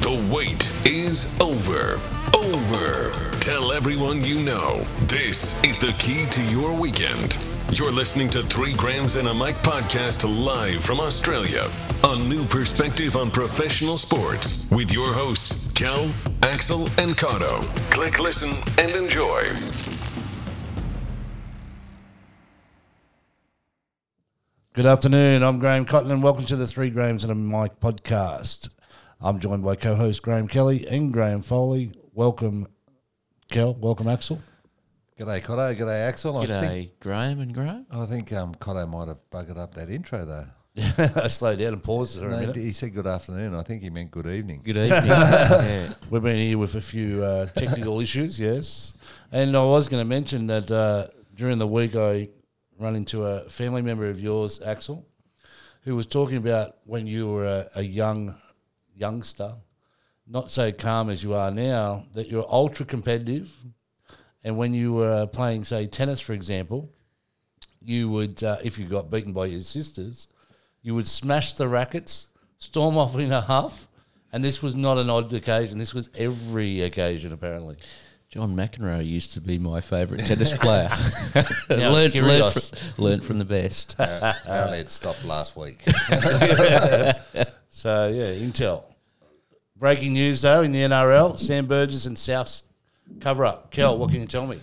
The wait is over. Over. Tell everyone you know. This is the key to your weekend. You're listening to Three Grams and a Mic podcast live from Australia. A new perspective on professional sports with your hosts, Kel, Axel, and Cotto. Click, listen, and enjoy. Good afternoon. I'm Graham Cotton. Welcome to the Three Grahams and a Mike podcast. I'm joined by co-host Graham Kelly and Graham Foley. Welcome, Kel. Welcome, Axel. G'day, Cotto. G'day, Axel. I think, G'day, Graham and Graham. I think um, Cotto might have buggered up that intro, though. Slow down and pause for a No, minute. he said good afternoon. I think he meant good evening. Good evening. yeah. We've been here with a few uh, technical issues, yes. And I was going to mention that uh, during the week I run into a family member of yours, Axel, who was talking about when you were a, a young youngster, not so calm as you are now, that you're ultra competitive. And when you were playing, say, tennis, for example, you would, uh, if you got beaten by your sisters, you would smash the rackets, storm off in a huff. And this was not an odd occasion. This was every occasion, apparently. John McEnroe used to be my favourite tennis player. Now learned, it's Kyrgios. from, learned from the best. Apparently, it stopped last week. So, yeah, Intel. Breaking news, though, in the NRL, Sam Burgess and South's cover up. Kel, what can you tell me?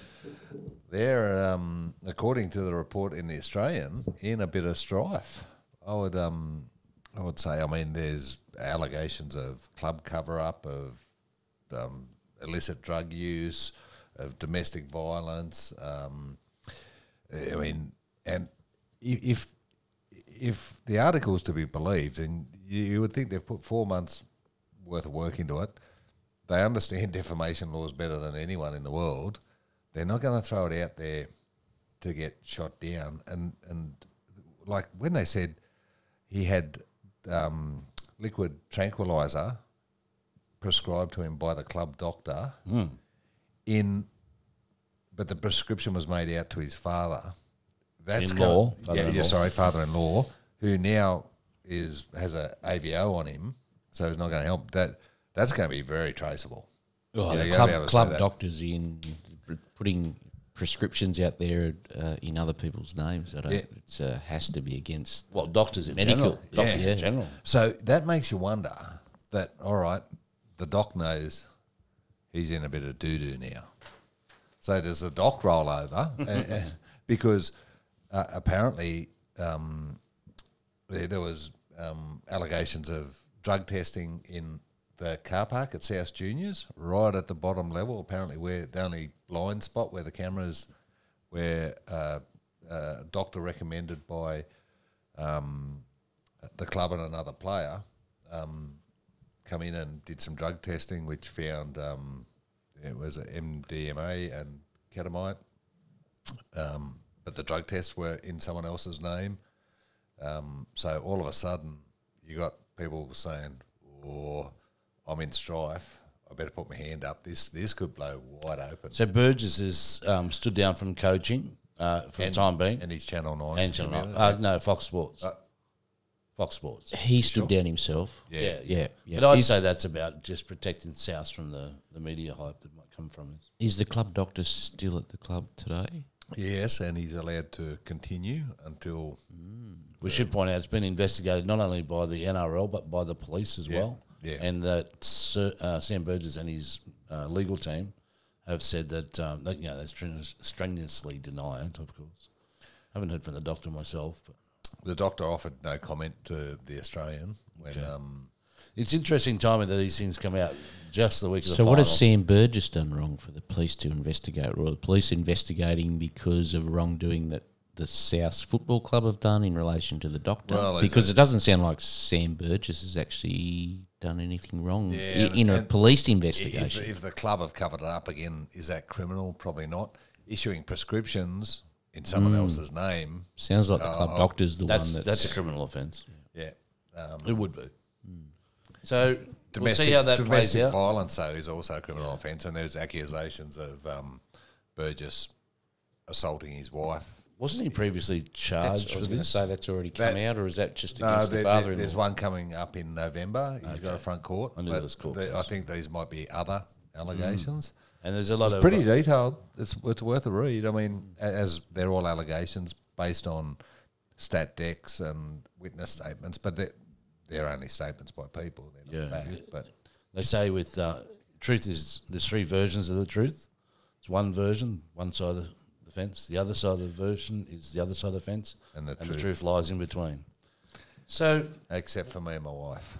They're, um, according to the report in the Australian, in a bit of strife. I would, um, I would say. I mean, there's allegations of club cover up, of um, illicit drug use, of domestic violence. Um, I mean, and i- if if the article is to be believed, and you you would think they've put four months worth of work into it, they understand defamation laws better than anyone in the world. They're not going to throw it out there to get shot down. And and like when they said he had um, liquid tranquilizer prescribed to him by the club doctor Hmm. in but the prescription was made out to his father. That's In gonna- law, yeah, father-in-law. yeah, sorry, father-in-law, who now is has a AVO on him, so he's not going to help. That that's going to be very traceable. Oh, Yeah, you the gotta be able to say club club that. doctors in pr- putting prescriptions out there uh, in other people's names. I don't. Yeah. It uh, has to be against Well, doctors in Medical. general. Doctors in Yeah. general. So that makes you wonder that, all right, the doc knows he's in a bit of doo doo now. So does the doc roll over? And- and- because uh, apparently um, there, there was um, allegations of drug testing in the car park at South Juniors, right at the bottom level, apparently where the only blind spot where the cameras where uh, uh, a doctor recommended by um, the club and another player um, come in and did some drug testing, which found um, it was a MDMA and ketamine. Um, but the drug tests were in someone else's name. Um, so all of a sudden, you got people saying, "Oh, I'm in strife. I better put my hand up. This this could blow wide open." So Burgess has um, stood down from coaching uh, for the time being. and he's Channel Nine. And Channel Nine. Uh, no, Fox Sports. Uh, Fox Sports. He stood down himself. Yeah. Yeah, Yeah, yeah. But I'd He's- say that's about just protecting South from the, the media hype that might come from us. Is the club doctor still at the club today? Yes, and he's allowed to continue until We should point out it's been investigated not only by the NRL but by the police as well. yeah. And that Sir, uh, Sam Burgess and his uh, legal team have said that, um, that you know they strenu- strenuously deny it. Of course, haven't heard from the doctor myself, but the doctor offered no comment to the Australian when um, it's interesting timing that these things come out just the week of the So what has finals. Sam Burgess done wrong for the police to investigate? Well, the police investigating because of wrongdoing that the South Football Club have done in relation to the doctor? Well, is because it- it doesn't sound like Sam Burgess has actually done anything wrong i- Yeah, in a and- police if, investigation. if the club have covered it up again, is that criminal? Probably not. Issuing prescriptions in someone else's name, Sounds like the club oh, doctor's the That's one that's, that's, a criminal offence. yeah, um, It would be. So domestic we'll see how that plays domestic out. violence though is also a criminal offence, and there's accusations of um, Burgess assaulting his wife. Wasn't he previously That's- charged I for was going to this? say that's already come That- out, or is that just No, against there, the there- father-in-law? there's one coming up in November. He's got a front court. I knew but there was court the- I Hmm. case. think these might be other allegations. and there's a lot It's of uh, pretty detailed. It's it's worth a read. I mean, a- as they're all allegations based on stat decks and witness statements, but they're, they're only statements by people. They're not Yeah. fact, but They say with uh, truth is there's three versions of the truth. It's one version, one side of the fence. The other side of the version is the other side of the fence, And the the truth. truth lies in between. So except for me and my wife.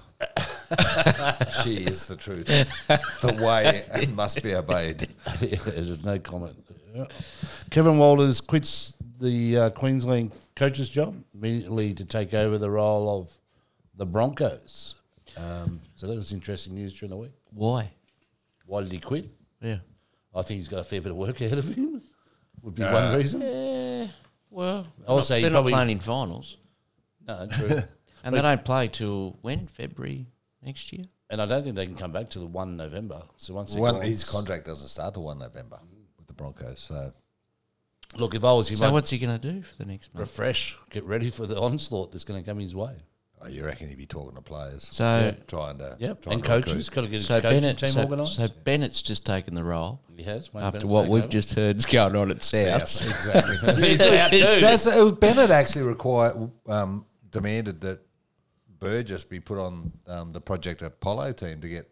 she is the truth, the way, and must be obeyed. there's no comment. Kevin Walters quits the uh, Queensland coach's job immediately to take over the role of the Broncos. Um, so that was interesting news during the week. Why? Why did he quit? Yeah. I think he's got a fair bit of work ahead of him. Would be one reason. Yeah. Well, Also, also you they're not probably- playing in finals, No, true. and they don't play till when February next year. And I don't think they can come back to the one November. So once they One, go- his contract doesn't start till one November with the Broncos. So look, if I was him, So I'd what's he going to do for the next month? refresh, get ready for the onslaught that's going to come his way. oh, you reckon he'd be talking to players? So- trying to Yep, trying and to coaches got to get his So coaching Bennett, team so, organised. so Bennett's just taken the role he has Wayne after Bennett's what taken we've over. just heard's going on at recruit. South. Yes, exactly. He's out too. That's it was Bennett actually required um, demanded that Burgess be put on um, the Project Apollo team to get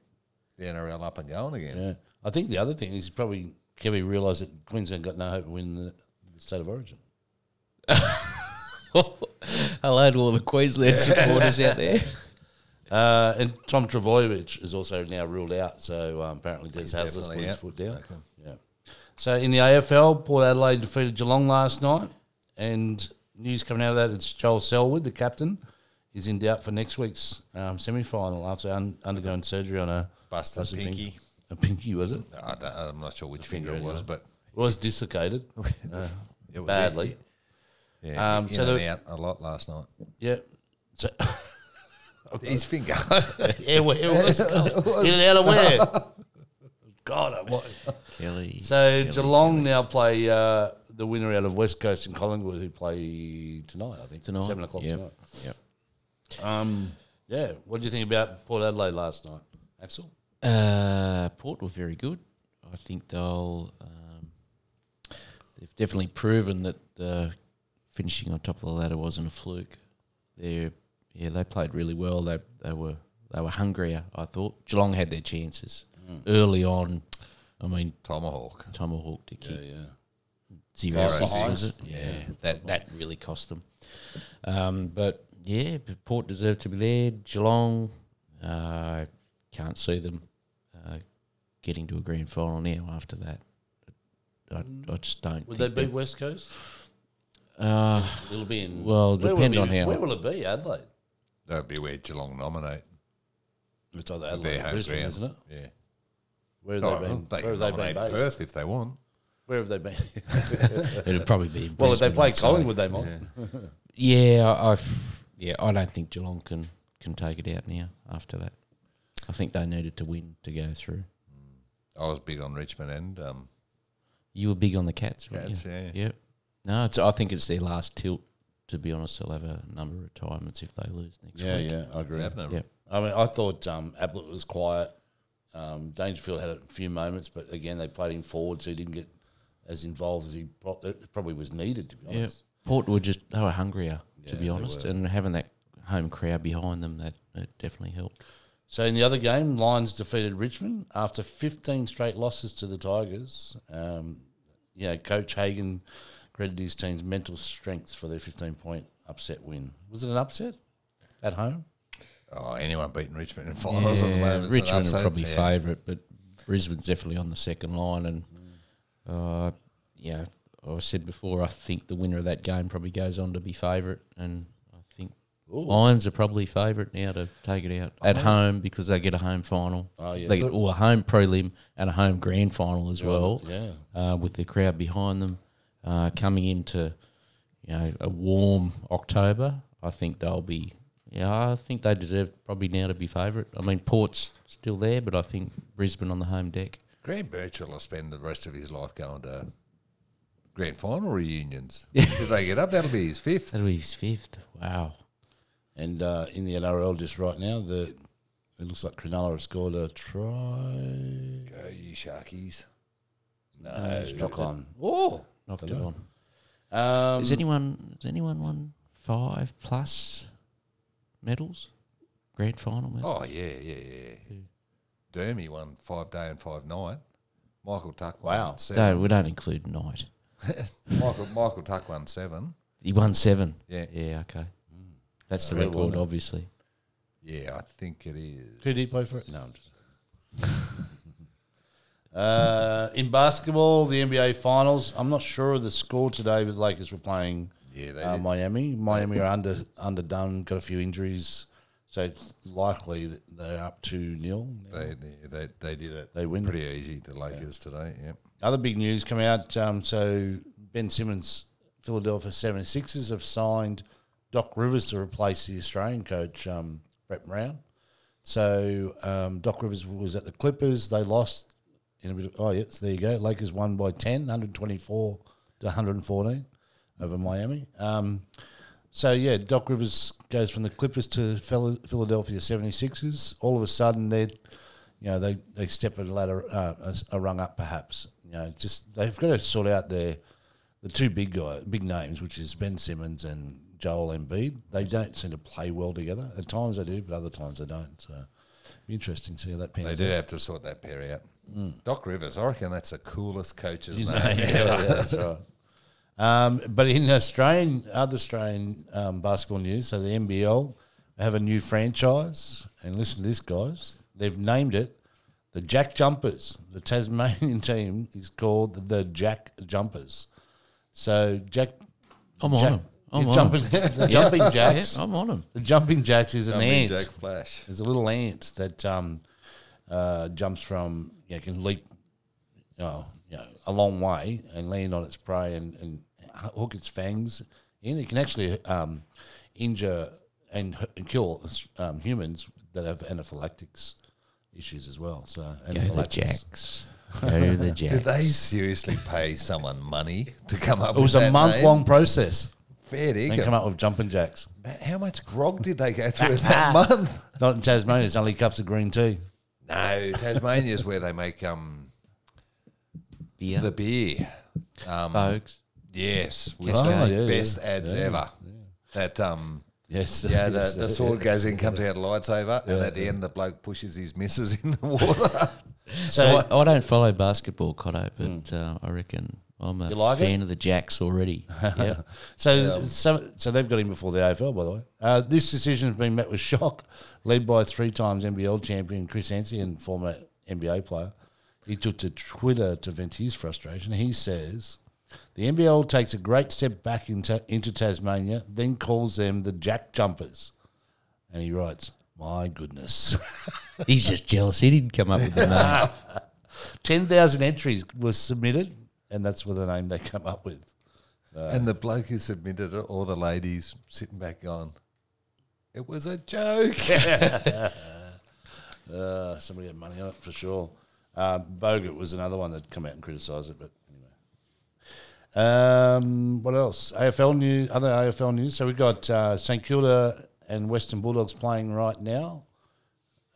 the NRL up and going again. Yeah. I think the other thing is probably Kevy realised that Queensland got no hope of winning the, the state of origin. Hello to all the Queensland supporters out there. Uh, and Tom Travojevic is also now ruled out, so um, apparently Des Hasler's put definitely his out. foot down. Okay. Yeah. So in the AFL, Port Adelaide defeated Geelong last night, and news coming out of that it's Joel Selwood, the captain, is in doubt for next week's um, semi-final after un- undergoing surgery on a Busted busted fing- pinky. A pinky was it? I don't, I'm not sure which finger, it anyway. was, but It was dislocated uh, it was badly. Yeah, Um, in so and the- out a lot last night. Yeah. So, His finger. yeah, well, it was in and out of where? God, I, what, Kelly. So Geelong now play uh, the winner out of West Coast and Collingwood, who play tonight. I think tonight. seven o'clock Yep, tonight. Yep. Um, yeah. What do you think about Port Adelaide last night, Axel? Uh, Port were very good. I think they'll. Um, they've definitely proven that uh, finishing on top of the ladder wasn't a fluke. They, yeah, they played really well. They they were they were hungrier. I thought Geelong had their chances early on. I mean, Tomahawk. tomahawk to kick yeah. Zero zero six, six. was it? Yeah, that that really cost them. Um, but yeah, but Port deserved to be there. Geelong, uh, can't see them uh, getting to a grand final now. After that, I, I just don't. Would they think beat that- West Coast? Uh, It'll be in. Well, where will depend it on be, how- Where will it be? Adelaide. That would be where Geelong nominate. It's either Their Adelaide or home Brisbane, ground. isn't it? Yeah. Where have Oh, they been? they where can have they been nominate based? Perth if they want. Where have they been? it'd probably be. in well, if they Brisbane, play so- Collingwood, they might. Yeah, I, I've, yeah, I don't think Geelong can can take it out now. After that, I think they needed to win to go through. I was big on Richmond and um, You were big on the cats, right? Cats, yeah. Yep. No, it's, I think it's their last tilt. To be honest, they'll have a number of retirements if they lose next Yeah, week. yeah, I agree. they have no Yep. I mean, I thought um, Ablett was quiet. Um, Dangerfield had a few moments, but again, they played him forward, so he didn't get as involved as he pro- it probably was needed. To be Yeah. honest, Port were just they were hungrier, to be they honest, and having that home crowd behind them that, that definitely helped. so in the other game, Lions defeated Richmond after 15 straight losses to the Tigers. Um, you know, Coach Hagan credited his team's mental strength for their 15 point upset win. Was it an upset at home? Oh, anyone beating Richmond in finals at the moment. is an Richmond upset. are probably Yeah. favourite, but Brisbane's definitely on the second line. And uh, yeah, I said before, I think the winner of that game probably goes on to be favourite, and I think Lions are probably favourite now to take it out at home because they get a home final. Oh, yeah. they get, or a home prelim and a home grand final as well. yeah. uh, with the crowd behind them uh, coming into you know a warm October. I think they'll be. Yeah, I think they deserve probably now to be favourite. I mean, Port's still there, but I think Brisbane on the home deck. Graham Birchall will spend the rest of his life going to grand final reunions. If they get up, that'll be his fifth. That'll be his fifth. Wow. And uh, in the NRL just right now, the it looks like Cronulla has scored a try. Go, you Sharkies. No, knock on. Oh, Knocked it on. um, Has anyone has anyone won five plus medals? Grand final medals? Oh, yeah, yeah, yeah. Dermy won five day and five night. Michael Tuck won Wow. seven. no, we don't include Knight. Michael, Michael Tuck won seven. He won seven. Yeah. Yeah, okay. That's the record, obviously. Yeah, I think it is. who did he play for? No, I'm just. uh, in basketball, the NBA finals. I'm not sure of the score today, but Lakers were playing Yeah, they uh, did. Miami. Miami are under underdone. Got a few injuries, so it's likely that they're up to nil. now. They, they, they, they did it They win. pretty easy, the Lakers today. Yeah. Other big news come out. Um, so Ben Simmons, Philadelphia 76ers have signed Doc Rivers to replace the Australian coach um, Brett Brown. So um, Doc Rivers was at the Clippers. They lost in a bit. Of, oh yes, there you go. Lakers won by 10, 124 to 114 over Miami. Um, so yeah, Doc Rivers goes from the Clippers to Phil- Philadelphia 76ers. All of a sudden, they're you know they they step a ladder uh, a s- a rung up perhaps. You know, just they've got to sort out their the two big guy big names, which is Ben Simmons and Joel Embiid. They don't seem to play well together. At times they do, but other times they don't. So it'll be interesting to see how that They pans do out. have to sort that pair out. Doc Rivers, I reckon that's the coolest Mm. coach's His name. name, yeah, that's right. Um, but in Australian, other Australian um, basketball news, so the NBL have a new franchise, and listen to this, guys. They've named it the Jack Jumpers. The Tasmanian team is called the Jack Jumpers. So Jack, I'm Jack on him. I'm the on jumping, 'em. the jumping jacks. Yeah, I'm on him. The jumping jacks is an Jumping ant. Jack Flash. There's a little ant that um, uh, jumps from, you know, can leap you know, you know, a long way and land on its prey and, and hook its fangs in. It can actually um, injure and, h- and kill um, humans that have anaphylactics issues as well. So, Go the anaphylaxis. Jacks. Go the Did Jacks. they seriously pay someone money to come up It was with a that month name? long process. Fair They come dinkum. up with jumping jacks. How much grog did they go through in that month? Not in Tasmania, it's only cups of green tea. No, Tasmania's where they make um, Beer. the beer. Um, Bogues. yes, which Cascade. are the Oh, yeah, best yeah. ads ever. That um, Yes. yeah, the, Yes. the sword goes in, comes out, lights over, and at the end, the bloke pushes his missus in the water. So So, I, I don't follow basketball, Cotto, but uh, I reckon I'm a You like fan of the Jacks already. yeah. So, so, so they've got him before the AFL, by the way. Uh, this decision has been met with shock, led by three times NBL champion Chris Anstey and former NBA player. He took to Twitter to vent his frustration. He says, The NBL takes a great step back into, into Tasmania, then calls them the Jack Jumpers. And he writes, My goodness. He's just jealous. He didn't come up with the name. 10,000 entries were submitted, and that's what the name they come up with. and the bloke who submitted it, all the ladies sitting back on. It was a joke. Uh, somebody had money on it for sure. Um, Bogut was another one that come out and criticise it, but anyway. Um, what else? AFL news, other AFL news. So we've got uh, St Kilda and Western Bulldogs playing right now.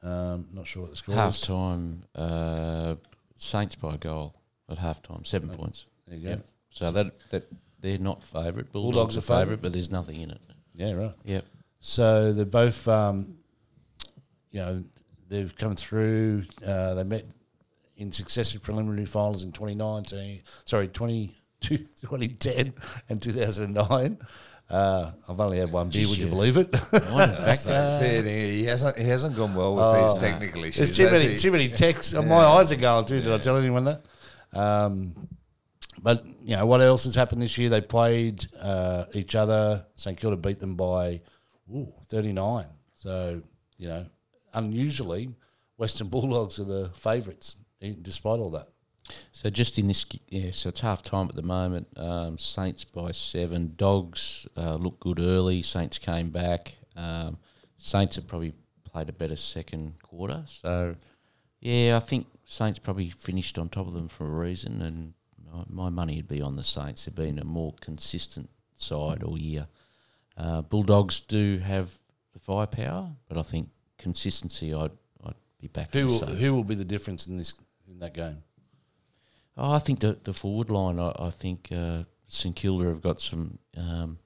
Um, not sure what the score half is. time, uh, Saints by a goal at half time, seven points. There you go. Yep. So that that they're not favourite. Bulldogs, Bulldogs are are favourite, but there's nothing in it. Yeah, right. Yep. So they're both, um, you know, they've come through. Uh, they met in successive preliminary finals in 2019, sorry, 20, 2010 and 2009. Uh, I've only had one beer, would you yeah. believe it? Mine in fact, So fair dinkum. He hasn't. He hasn't gone well with these technical issues. There's too has many, he? too many texts. My eyes are going too. Did I tell anyone that? Um, but you know what else has happened this year? They played uh, each other. St Kilda beat them by ooh, 39. So you know, unusually, Western Bulldogs are the favourites, e- despite all that. So just in this, g- yeah. So it's half time at the moment. Um, Saints by seven. Dogs uh, looked good early. Saints came back. Um, Saints have probably played a better second quarter. So yeah, I think Saints probably finished on top of them for a reason, and uh, my money would be on the Saints. They've been a more consistent side all year. Uh, Bulldogs do have the firepower, but I think consistency, I'd I'd be back. Who the will, Saints. who will be the difference in this in that game? Oh, I think the the forward line. I, I think uh, St Kilda have got some. Um,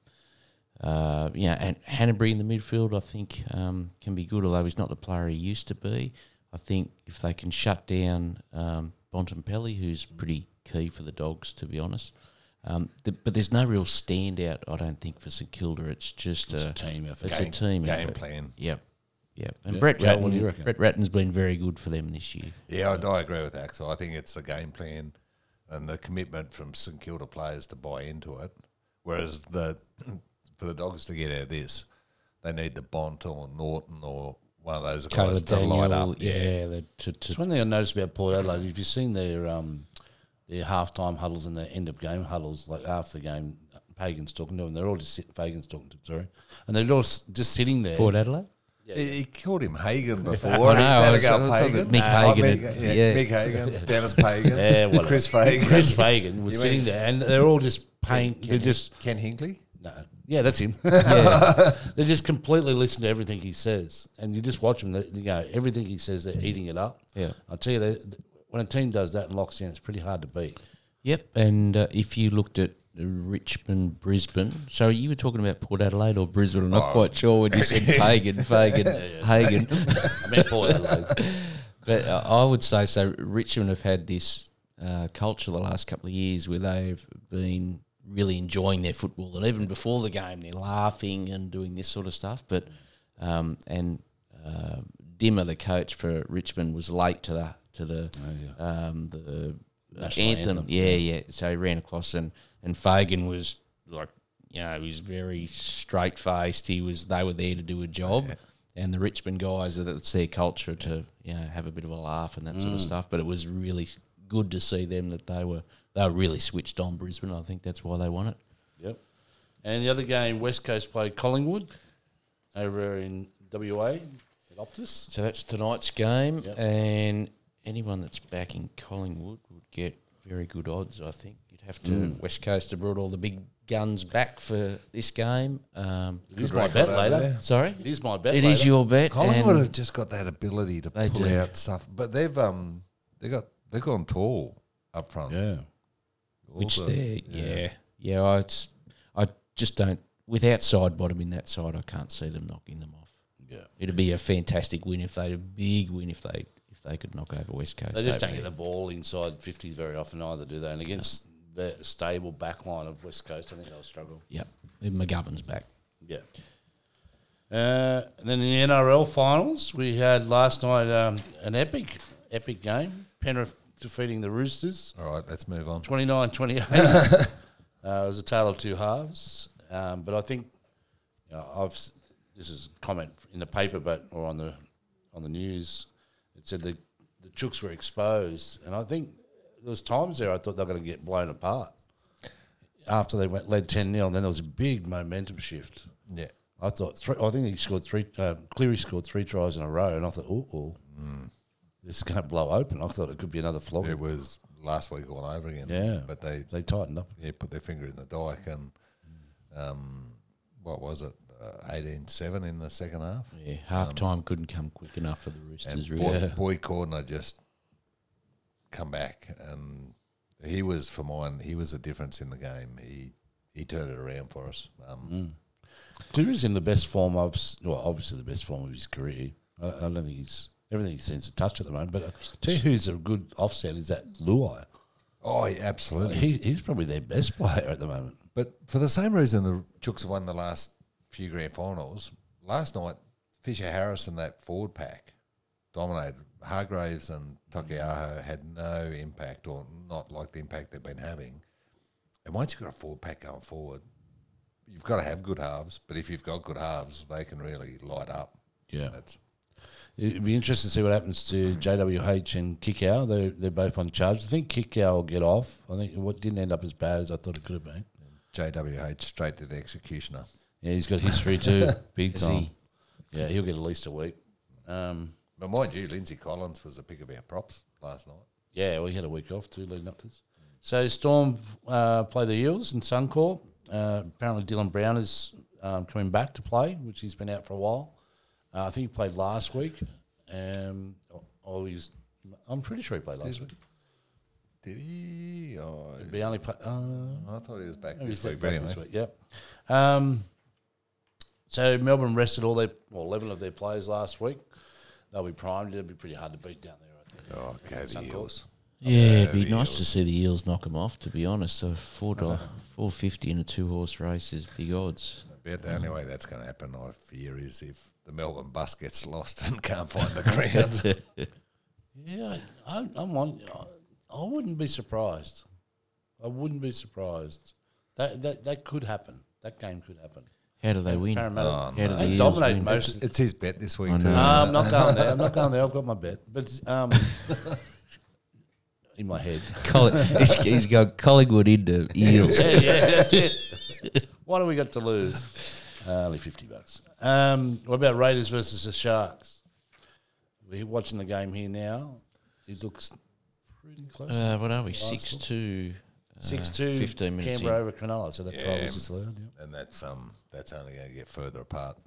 uh, yeah, and Hanbury in the midfield, I think, um, can be good. Although he's not the player he used to be, I think if they can shut down um, Bontempelli, who's pretty key for the Dogs, to be honest. Um, th- but there's no real standout, I don't think, for St Kilda. It's just It's a, a team effort. it's game, a team game effort. plan. Yep, yep. And Yeah. Brett Joe, what do you Ratton, reckon? Brett Ratton's been very good for them this year. Yeah, I, I agree with Axel. I think it's the game plan and the commitment from St Kilda players to buy into it. Whereas the for the dogs to get out of this, they need the Bont or Norton or one of those guys to light up. yeah, the- to, to It's one thing I noticed about Port Adelaide. If you've seen their um, their halftime huddles and their end of game huddles, like after the game, Pagan's talking to them. They're all just sit, Pagan's talking to them, sorry, and they're all s- just sitting there. Port Adelaide. He, he called him Hagen before. I know, He's had I a was- go at I was talking Pagan. about Mick Oh, Hagan Mick, and- yeah, yeah. Mick Hagan, Dennis Pagan, Yeah, whatever. Chris Fagan, Chris Fagan was sitting there, and they're all just paying. They're just Ken Hinkley. no, yeah, that's him. they just completely listen to everything he says, and you just watch them. They, you know, everything he says, they're eating it up. Yeah. I tell you, they, when a team does that and locks in, it's pretty hard to beat. Yep, and uh, if you looked at Richmond, Brisbane. So you were talking about Port Adelaide or Brisbane? I'm not quite sure when you said Pagan, Fagan, Hagen. I mean, Port Adelaide. But uh, I would say so. Richmond have had this uh, culture the last couple of years where they've been really enjoying their football, and even before the game, they're laughing and doing this sort of stuff. But um, and uh, Dimmer, the coach for Richmond, was late to the to the um, the National anthem. anthem. Yeah, yeah. So he ran across, and and Fagan was like, you know, he was very straight faced. He was they were there to do a job, and the Richmond guys that's their culture to you know have a bit of a laugh and that sort of stuff. But it was really good to see them that they were they were really switched on Brisbane. I think that's why they won it. Yep. And the other game, West Coast played Collingwood over in WA at Optus. So that's tonight's game, Yep. and anyone that's backing Collingwood would get very good odds. I think you'd have to Mm. West Coast have brought all the big guns back for this game. Um, It is my bet over later. there. sorry, It is my bet. it is later. your bet. Collingwood and- have just got that ability to They pull do. out stuff, but they've um they got they've gone tall up front. Yeah. which Also, they yeah yeah, I, it's, I just don't without side bottom in that side I can't see them knocking them off Yeah. it'd be a fantastic win if they a big win if they if they could knock over West Coast They just over don't get there. the ball inside 50s very often either, do they? And against the stable back line of West Coast, I think they'll struggle. yeah Even McGovern's back Yeah. Uh, and then in the NRL finals, we had last night um, an epic, epic game. Penrith defeating the Roosters. All right, let's move on. 29 28. uh, it was a tale of two halves. Um, but I think you know, I've s- this is a comment in the paper, but or on the on the news, it said the the chooks were exposed, and I think there was times there I thought they were going to get blown apart after they went led 10 0 and then there was a big momentum shift. Yeah, I thought three, I think he scored three. Uh, Cleary scored three tries in a row, and I thought, oh, oh this is going to blow open. I thought it could be another flogging. it was last week all over again. Yeah. but they They tightened up. yeah put their finger in the dike and um what was it Uh, eighteen seven in the second half. yeah half time couldn't come quick enough for the Roosters And boy, really boy Cordner just come back and he was for mine. He was the difference in the game. He he turned it around for us. Um, Mm. Cleary's in the best form of, s- well, obviously the best form of his career. I, I don't think he's, everything he seems to touch at the moment. But I tell you who's a good offset is that Luai. Oh, yeah, absolutely. He, he's probably their best player at the moment. But for the same reason the Chooks have won the last few grand finals, last night Fisher Harris and that forward pack dominated. Hargraves and Takiaho had no impact or not like the impact they've been having. And once you've got a forward pack going forward, you've got to have good halves, but if you've got good halves, they can really light up. Yeah. That's It'd be interesting to see what happens to JWH and Kickow. They're, they're both on charge. I think Kickow will get off. I think what didn't end up as bad as I thought it could have been. JWH straight to the executioner. Yeah, he's got history too, big Is he? time. Yeah, he'll get at least a week. Um, But mind you, Lindsay Collins was the pick of our props last night. yeah, we had a week off too leading up to this. So Storm uh, play the Eels and Suncorp. Uh, apparently Dylan Brown is um, coming back to play, which he's been out for a while. Uh, I think he played last week. Um, or- or he's, I'm pretty sure he played last week. Did he? Oh, But he only played. Uh, I thought he was Oh, back Maybe this it's like week. But back anyway, this week, yep. Um, so Melbourne rested all their well, eleven of their players last week. They'll be primed. It'll be pretty hard to beat down there. I think. oh, go the Suncorp. Eels. Yeah, it'd be nice to see the Eels knock them off. To be honest, so four dollar, four fifty in a two horse race is big odds. About the only way that's going to happen, I fear, is if the Melbourne bus gets lost and can't find the ground. Yeah, I, I'm on. I- I wouldn't be surprised. I wouldn't be surprised. That that that could happen. That game could happen. How do they win? Ah, Parramatta. How do the They Eels dominate win? most- it's, Oh, it's his bet this week I too. No, know. I'm not going there. I'm not going there. I've got my bet, but um, in my head. Colli- he's, he's got Collingwood into Eels. yeah, yeah, that's it. what have we got to lose? Uh, only 50 bucks. Um, what about Raiders versus the Sharks? We're watching the game here now. It looks pretty close. Uh, what are we? Six two. uh, 6 2 Fifteen minutes. Canberra over Cronulla, so that try was disallowed. Yeah. And that's um that's only going to get further apart.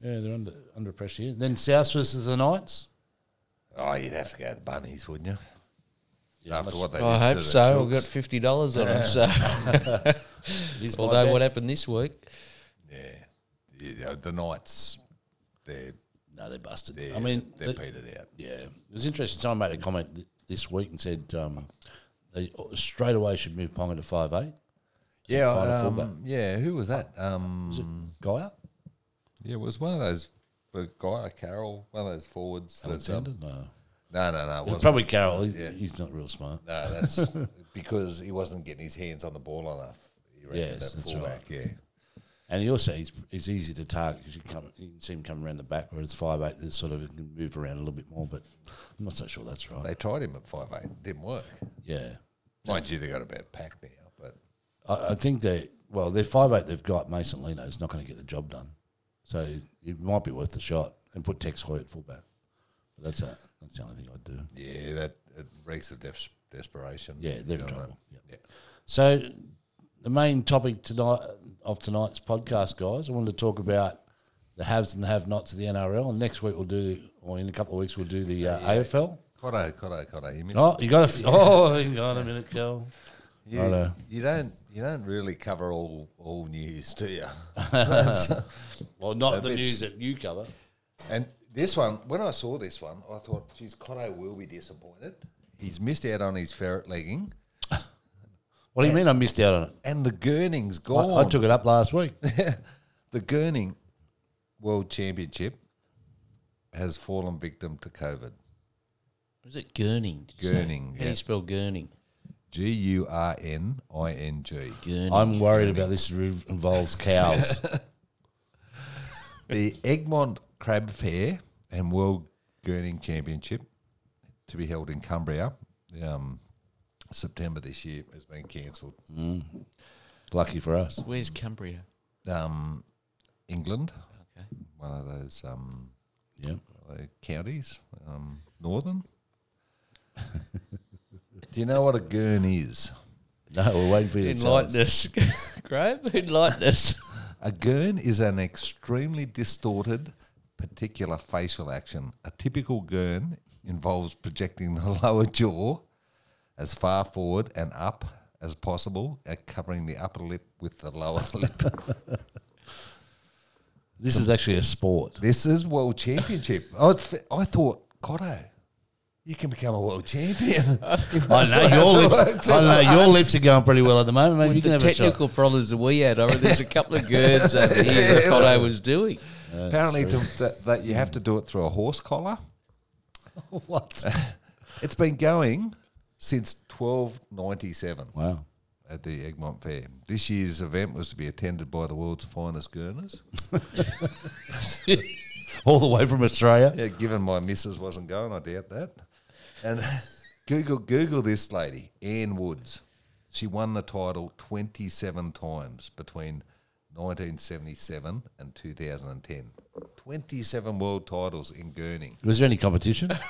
yeah, they're under, under pressure here. Then South versus the Knights. Oh, you'd have to go to Bunnies, wouldn't you? After must- what they In. I did to hope the so. I Chooks. got fifty dollars on him. So, It is my although bet. what happened this week? Yeah. yeah, the Knights, they're, No, they busted. they're I mean, they're the- petered out. Yeah, it was interesting. Someone made a comment th- this week and said um, they uh, straight away should move Ponga to five eight. Yeah, Final um, fullback. yeah. Who was that? Um, Gaia, yeah, it was one of those the guy Carroll, one of those forwards. that's, um, Alexander, no. no, no, no. It It's wasn't. probably Carroll. He's, he's not real smart. No, that's because he wasn't getting his hands on the ball enough. He ran Yes, that that's fullback, yeah. And he also he's, he's easy to target because you come you can see him come around the back, whereas five eight is sort of can move around a little bit more. But I'm not so sure that's right. They tried him at five eight, didn't work. yeah, Mind you, they got a bad pack now, but I, I think they well their five eight they've got Mason Lino is not going to get the job done, so it might be worth the shot and put Tex Hoy at fullback. But that's a, that's the only thing I'd do. yeah, that it reeks of des- desperation. Yeah, you they're know uh, in what I trouble. mean? Yep. So, the main topic tonight of tonight's podcast, guys, I wanted to talk about the haves and the have-nots of the NRL. And next week we'll do, or in a couple of weeks we'll do the uh, AFL. Cotto, Cotto, Cotto. You missed. Oh, you got a f- oh, hang on a minute, Cal. you, righto. you don't. You don't really cover all all news, do you? Well, not the bit- news that you cover. And this one, when I saw this one, I thought, geez, Cotto will be disappointed. He's missed out on his ferret legging, What do you mean I missed out on it? and the gurning's gone. I, I took it up last week. The Gurning World Championship has fallen victim to COVID. Is it Gurning? did you say? Gurning, How do yeah. you spell Gurning? G U R N I N G. Gurning. I'm worried about this re- involves cows. The Egmont Crab Fair and World Gurning Championship to be held in Cumbria um, September this year has been cancelled. Lucky for us. Where's Cumbria? Um, England, Okay. one of those um, Yeah. uh, counties, um, northern. Do you know what a gurn is? No, we're waiting for you to tell us. Enlighten us. Graham, enlighten us. A gurn is an extremely distorted particular facial action. A typical gurn involves projecting the lower jaw as far forward and up as possible and covering the upper lip with the lower lip. This is actually a sport. This is world championship. I, th- I thought, Cotto, you can become a world champion. I know your lips. I know your lips are going pretty well at the moment. Maybe you With can the have a shot. technical problems that we had, I mean, there's a couple of girds over here that Cotto was doing. Apparently, to, that, that you have to do it through a horse collar. What? It's been going since 1297. Wow. at the Egmont Fair. This year's event was to be attended by the world's finest gurners. All the way from Australia. Yeah, given my missus wasn't going, I doubt that. And Google Google this lady, Anne Woods. She won the title 27 times between 1977 and 2010. 27 world titles in gurning. Was there any competition?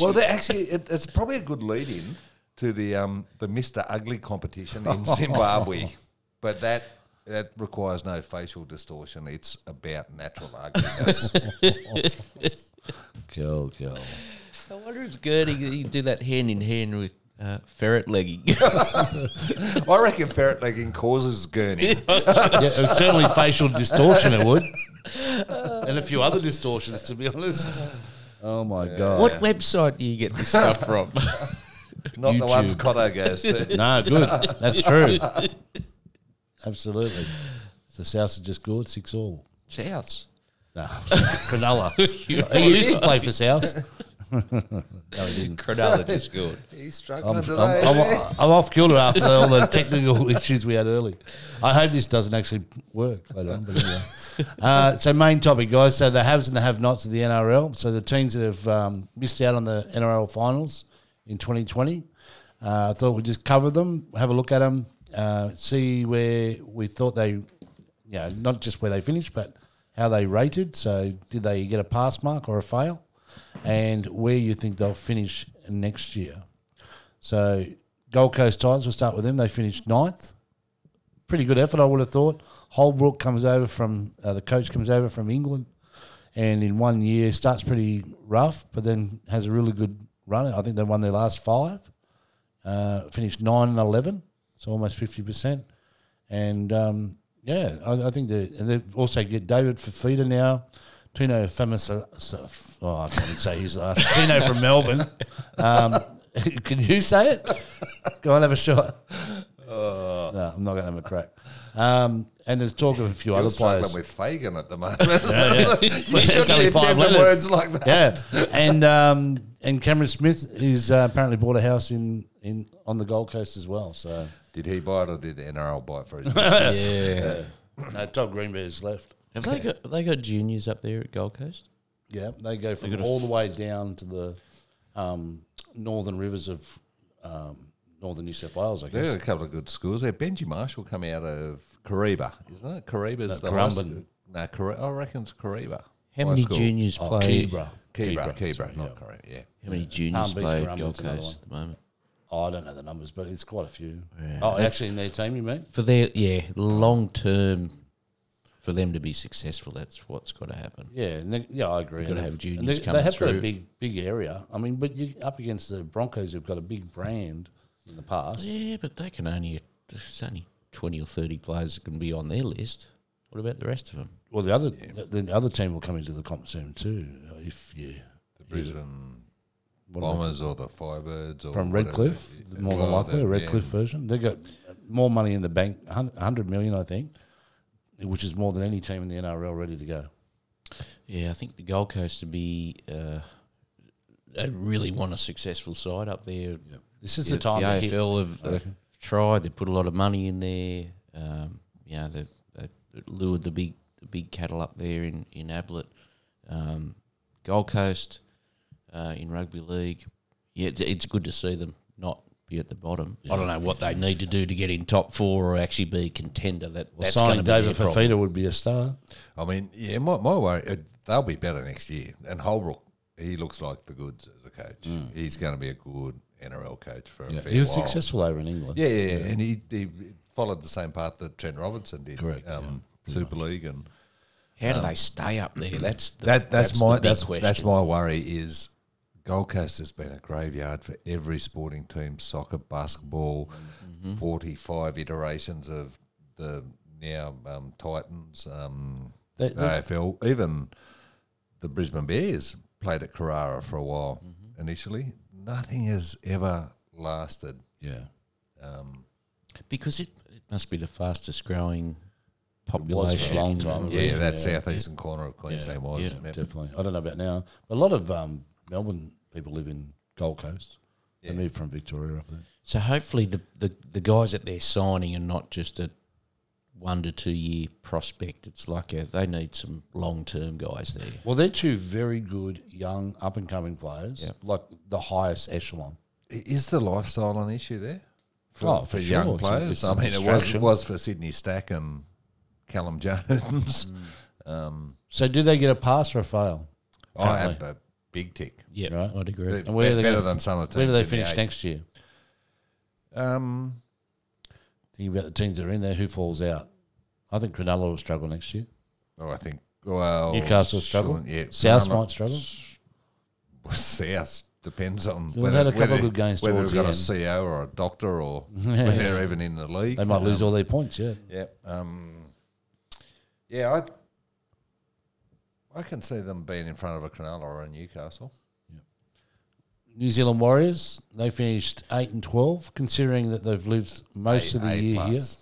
Well, they're actually, it, it's probably a good lead in to the um, the Mister Ugly competition in Oh. Zimbabwe, but that that requires no facial distortion. It's about natural ugliness. Cool, cool. I wonder if Gertie you do that hand in hand with uh, ferret legging. I reckon ferret legging causes gurney. yeah, it was certainly facial distortion. It would, and a few other distortions, to be honest. Oh my god! what website do you get this stuff from? Not the ones YouTube. Cotto goes to. No, good. That's true. Absolutely. The South have just scored six all. Souths. No, Cronulla. he used to play for South. no, he didn't. Cronulla just good. He's I'm, struggling I'm, today. I'm, I'm off kilter after all the technical issues we had early. I hope this doesn't actually work later on. But anyway. uh, so, main topic, guys. So, the haves and the have nots of the NRL. So, the teams that have um, missed out on the NRL finals in 2020. Uh, I thought we'd just cover them, have a look at them, uh, see where we thought they, you know, not just where they finished, but how they rated. So, did they get a pass mark or a fail? And where you think they'll finish next year. So Gold Coast Titans, we'll start with them. They finished ninth. Pretty good effort, I would have thought. Holbrook comes over from, uh, the coach comes over from England and in one year starts pretty rough, but then has a really good run. I think they won their last five. Uh, finished 9 and 11, so almost 50%. And um, yeah, I, I think they, they also get David Fafita now. Tino Famous, oh, I can't even say his last. Tino from Melbourne. Um, can you say it? Go on, have a shot. No, I'm not going to have a crack. Um, and there's talk of a few I'm other struggling players. with Fagan at the moment. you shouldn't It's only attempt five letters. words like that. yeah, and um, and Cameron Smith is uh, apparently bought a house in, in on the Gold Coast as well. So Did he buy it or did the NRL buy it for his Yeah. no, Todd Greenbeard's left. Have they got have they got juniors up there at Gold Coast? Yeah, they go from all the way down to the um, northern rivers of um, northern New South Wales. I There's guess a couple of good schools there. Benji Marshall come out of Kariba, isn't it? Kariba's No, the high Currumbin. school. No, Kari- I reckon it's Kariba. How High many school. juniors Oh, play? Keebra. Kibra, Keebra, Kibra, sorry, not yeah. Kariba, yeah. How many juniors Palm Beach play at Brumbies, Gold another Coast one. at the moment? Oh, I don't know the numbers, but it's quite a few. Yeah. Oh, actually, in their team, you mean? For their yeah long term, for them to be successful, that's what's got to happen. Yeah, and they, yeah, I agree. You've gotta And have they- and juniors they, coming They have got a through. big, big area. I mean, but you up against the Broncos, who've got a big brand in the past. Yeah, but they can only there's only twenty or thirty players that can be on their list. What about the rest of them? Well, the other the, the other team will come into the comp soon too. If you The Brisbane what are they- Bombers or the Firebirds. Or from whatever. Redcliffe, more than Well, likely the that- Redcliffe version, they got more money in the bank, hun- hundred million, I think, which is more than any team in the NRL ready to go. Yeah, I think the Gold Coast to be uh, they really want a successful side up there. This is Yeah, the time to the hit. AFL have, have tried. They put a lot of money in there. Um, you know, they, they lured the big the big cattle up there in in Ablett, um, Gold Coast, uh, in rugby league. Yeah, it's, it's good to see them not be at the bottom. I don't know what they need to do to get in top four or actually be a contender. That Well, that's signing gonna be David their problem. Fafita would be a start. I mean, yeah, my, my worry, uh, they'll be better next year. And Holbrook, he looks like the goods as a coach. He's going to be a good NRL coach for a fair Mm. He was while. successful over in England. Yeah, yeah, and he, he followed the same path that Trent Robinson did. Correct, Um, Super League and How do they stay up there? That's the, that that's, the my big that's question. that's my worry is Gold Coast has been a graveyard for every sporting team, soccer, basketball, Mm-hmm. five iterations of the now um, Titans, um, They- they- AFL, even the Brisbane Bears played at Carrara for a while Mm-hmm. initially. Nothing has ever lasted. yeah. Um, because it, it must be the fastest growing was population for a long time. yeah, Yeah. that southeastern corner of Queensland was. yeah, Yep. Definitely. I don't know about now. A lot of um, Melbourne people live in Gold Coast. They moved from Victoria up there. So hopefully the, the, the guys that they're signing are not just a one to two year prospect. It's like a, they need some long term guys there. Well, they're two very good young up and coming players, Yeah. like the highest echelon. I- Is the lifestyle an issue there for, Oh, for for young sure. It's a- players? it's a I mean, it was, distraction. it was for Sydney Stack and Callum Jones. Mm. Um, So, do they get a pass or a fail? I have a big tick. Yeah, Right. I'd agree. They- And where are they're they better gonna- than some of the Where do they teams in the finish eight. next year? Um, Think about the teams that are in there. Who falls out? I think Cronulla will struggle next year. oh, I think well Newcastle will struggle. Sean- yeah, South Cronulla- might struggle. Well, South depends on They've whether, had a couple whether, of good games whether towards we've got the a CO or a doctor or Yeah. whether they're even in the league. They might lose Um, all their points. Yeah. Yeah. Um, yeah, I I can see them being in front of a Cronulla or a Newcastle. New Zealand Warriors. They finished eight and twelve, considering that they've lived most of the year plus.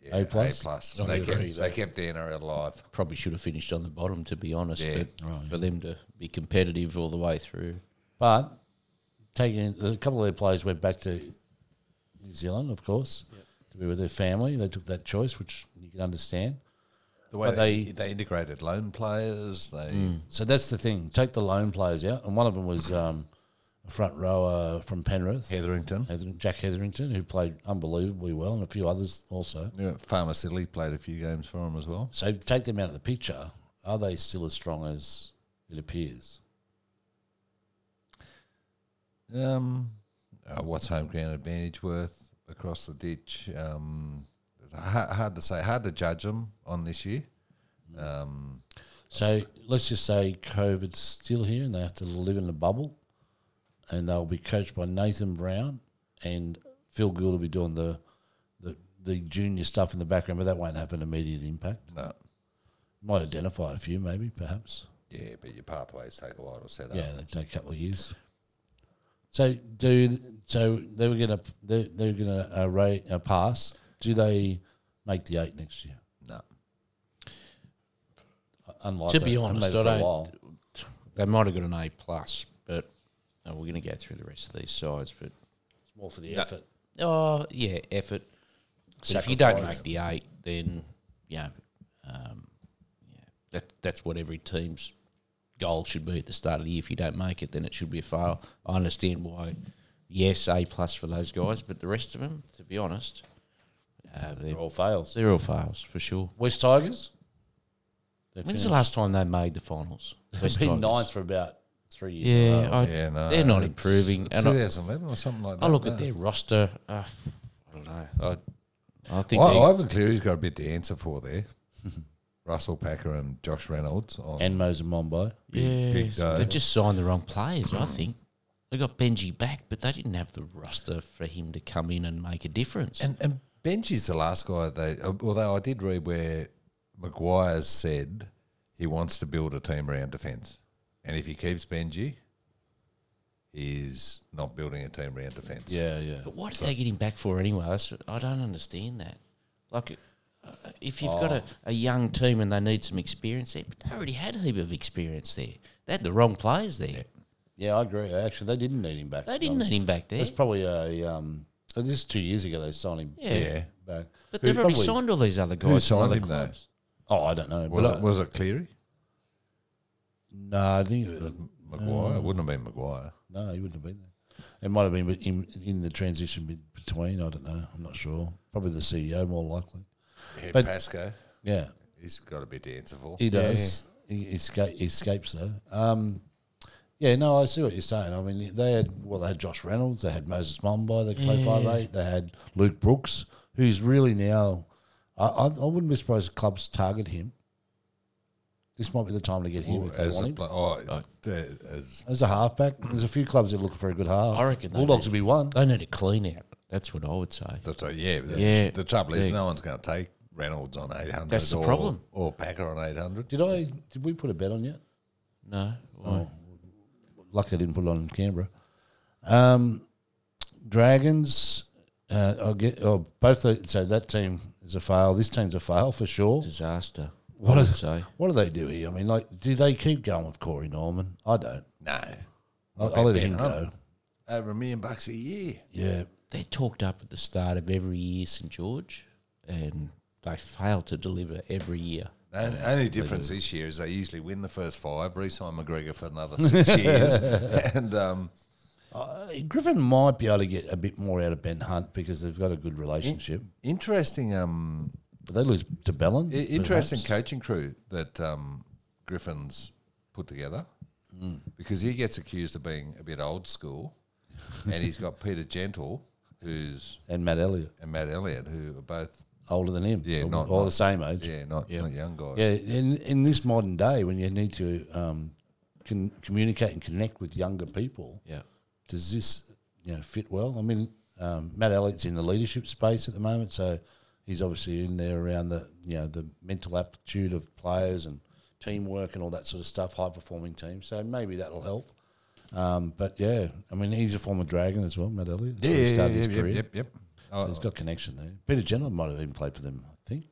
Yeah, A a plus? plus. Oh, They, yeah, kept, exactly. they kept the NRL alive. Probably should have finished on the bottom, to be honest. Yeah. But for them to be competitive all the way through, here, but taking a couple of their players went back to New Zealand, of course, to be with their family. They took that choice, which you can understand. The way But they, they- Mm. they integrated loan players, they So that's the thing. Take the lone players out, and one of them was um, a front rower from Penrith, Hetherington. Hetherington- Jack Hetherington, who played unbelievably well, and a few others also. Yeah, Farmer Silly played a few games for them as well. So take them out of the picture. Are they still as strong as it appears? Um, uh, what's home ground advantage worth across the ditch? Um, it's ha- hard to say. Hard to judge them on this year. Mm. Um, So let's just say COVID's still here, and they have to live in a bubble, and they'll be coached by Nathan Brown, and Phil Gould will be doing the the, the junior stuff in the background, but that won't have an immediate impact. no. Might identify a few, maybe, perhaps. Yeah, but your pathways take a while to set up. Yeah, they take a couple of years. So do so they were gonna they they're gonna uh, rate uh, pass. Do they make the eight next year? No. Unlikely. to be Haven't made it honest, I for a don't. while. They might have got an A plus, but uh, we're going to go through the rest of these sides. But It's more for the effort. oh yeah, effort. But if you don't Sacrifice. make the eight, then yeah, um, yeah, that that's what every team's goal should be at the start of the year. If you don't make it, then it should be a fail. I understand why. Yes, A plus for those guys, but the rest of them, to be honest, uh, they're They're all fails. zero fails for sure. West Tigers. They When's the last time they made the finals? West They've been Tigers. ninth for about three years. in a Yeah, row. I, Yeah, no. they're not it's improving. And I, 2011 or something like that. I look at no. their roster. Uh, I don't know. I, I think I, they- Ivan Cleary's got a bit to answer for there. Russell Packer and Josh Reynolds on and Moses Mombai. Yeah, big so they day. just signed the wrong players, I think. They got Benji back, but they didn't have the roster for him to come in and make a difference. And and Benji's the last guy they. uh, Although I did read where Maguire said he wants to build a team around defence, and if he keeps Benji, he's not building a team around defence. Yeah, yeah. but what did they get him back for anyway? That's- I don't understand that. Like, uh, if you've got a, Oh. a young team and they need some experience there, but they already had a heap of experience there. They had the wrong players there. Yeah, I agree. Actually, they didn't need him back. They didn't need him back there. It's probably a um. This is two years ago. They signed him. Yeah. Yeah. back. But Who they've already probably- signed all these other guys. Who from signed other him though? clubs. Oh, I don't know. Was but it I- was it Cleary? no, I think it was, Maguire Uh, it wouldn't have been Maguire. No, he wouldn't have been there. It might have been with- in, in the transition be- between. I don't know. I'm not sure. Probably the CEO, more likely. But- Pasco, Yeah, he's got a bit to answer for. he does. He, he, sca- he escapes though. Um, yeah, no, I see what you're saying. I mean, they had well, they had Josh Reynolds, they had Moses Mumbai, they could play five eight, they had Luke Brooks, who's really now. I, I, I wouldn't be surprised if clubs target him. This might be the time to get him if they as want a him. pla- oh, uh, as As a halfback, there's a few clubs that look for a good half. I reckon they Bulldogs do. would be one. They need a clean out. That's what I would say. That's right, yeah. but Yeah. The trouble is, Yeah. no one's going to take Reynolds on 800. That's the or, problem. Or Packer on 800. Did I? Did we put a bet on yet? No. Oh, lucky I didn't put it on in Canberra. Um, Dragons. Uh, I'll get. Oh, both. The, so that team is a fail. This team's a fail for sure. Disaster. What I are would the- say. What do they do here? I mean, like, do they keep going with Corey Norman? I don't. No. I'll, I'll let him better go. not. Over a million bucks a year. Yeah, they're talked up at the start of every year, St George, and they fail to deliver every year. And only difference this year is they usually win the first five, re-sign McGregor for another six years, and um, uh, Griffin might be able to get a bit more out of Ben Hunt because they've got a good relationship. interesting, um, But they lose to Bellin. i- interesting perhaps. coaching crew that um, Griffin's put together, Mm. because he gets accused of being a bit old school, and he's got Peter Gentle who's and Matt Elliott, and Matt Elliott, who are both older than him. Yeah, or, not- or not- the same age. yeah not, Yeah. not young guys. Yeah, in in this modern day, when you need to um, con- communicate and connect with younger people, Yeah. does this you know fit well? I mean, um, Matt Elliott's in the leadership space at the moment, so he's obviously in there around the you know the mental aptitude of players and teamwork and all that sort of stuff, high performing teams. So maybe that'll help. Um, but yeah, I mean, he's a former Dragon as well, Matt Elliott. That's where he started his yep, career. Yep, yep. Oh, So he's got connection there. Peter Jenner might have even played for them, I think.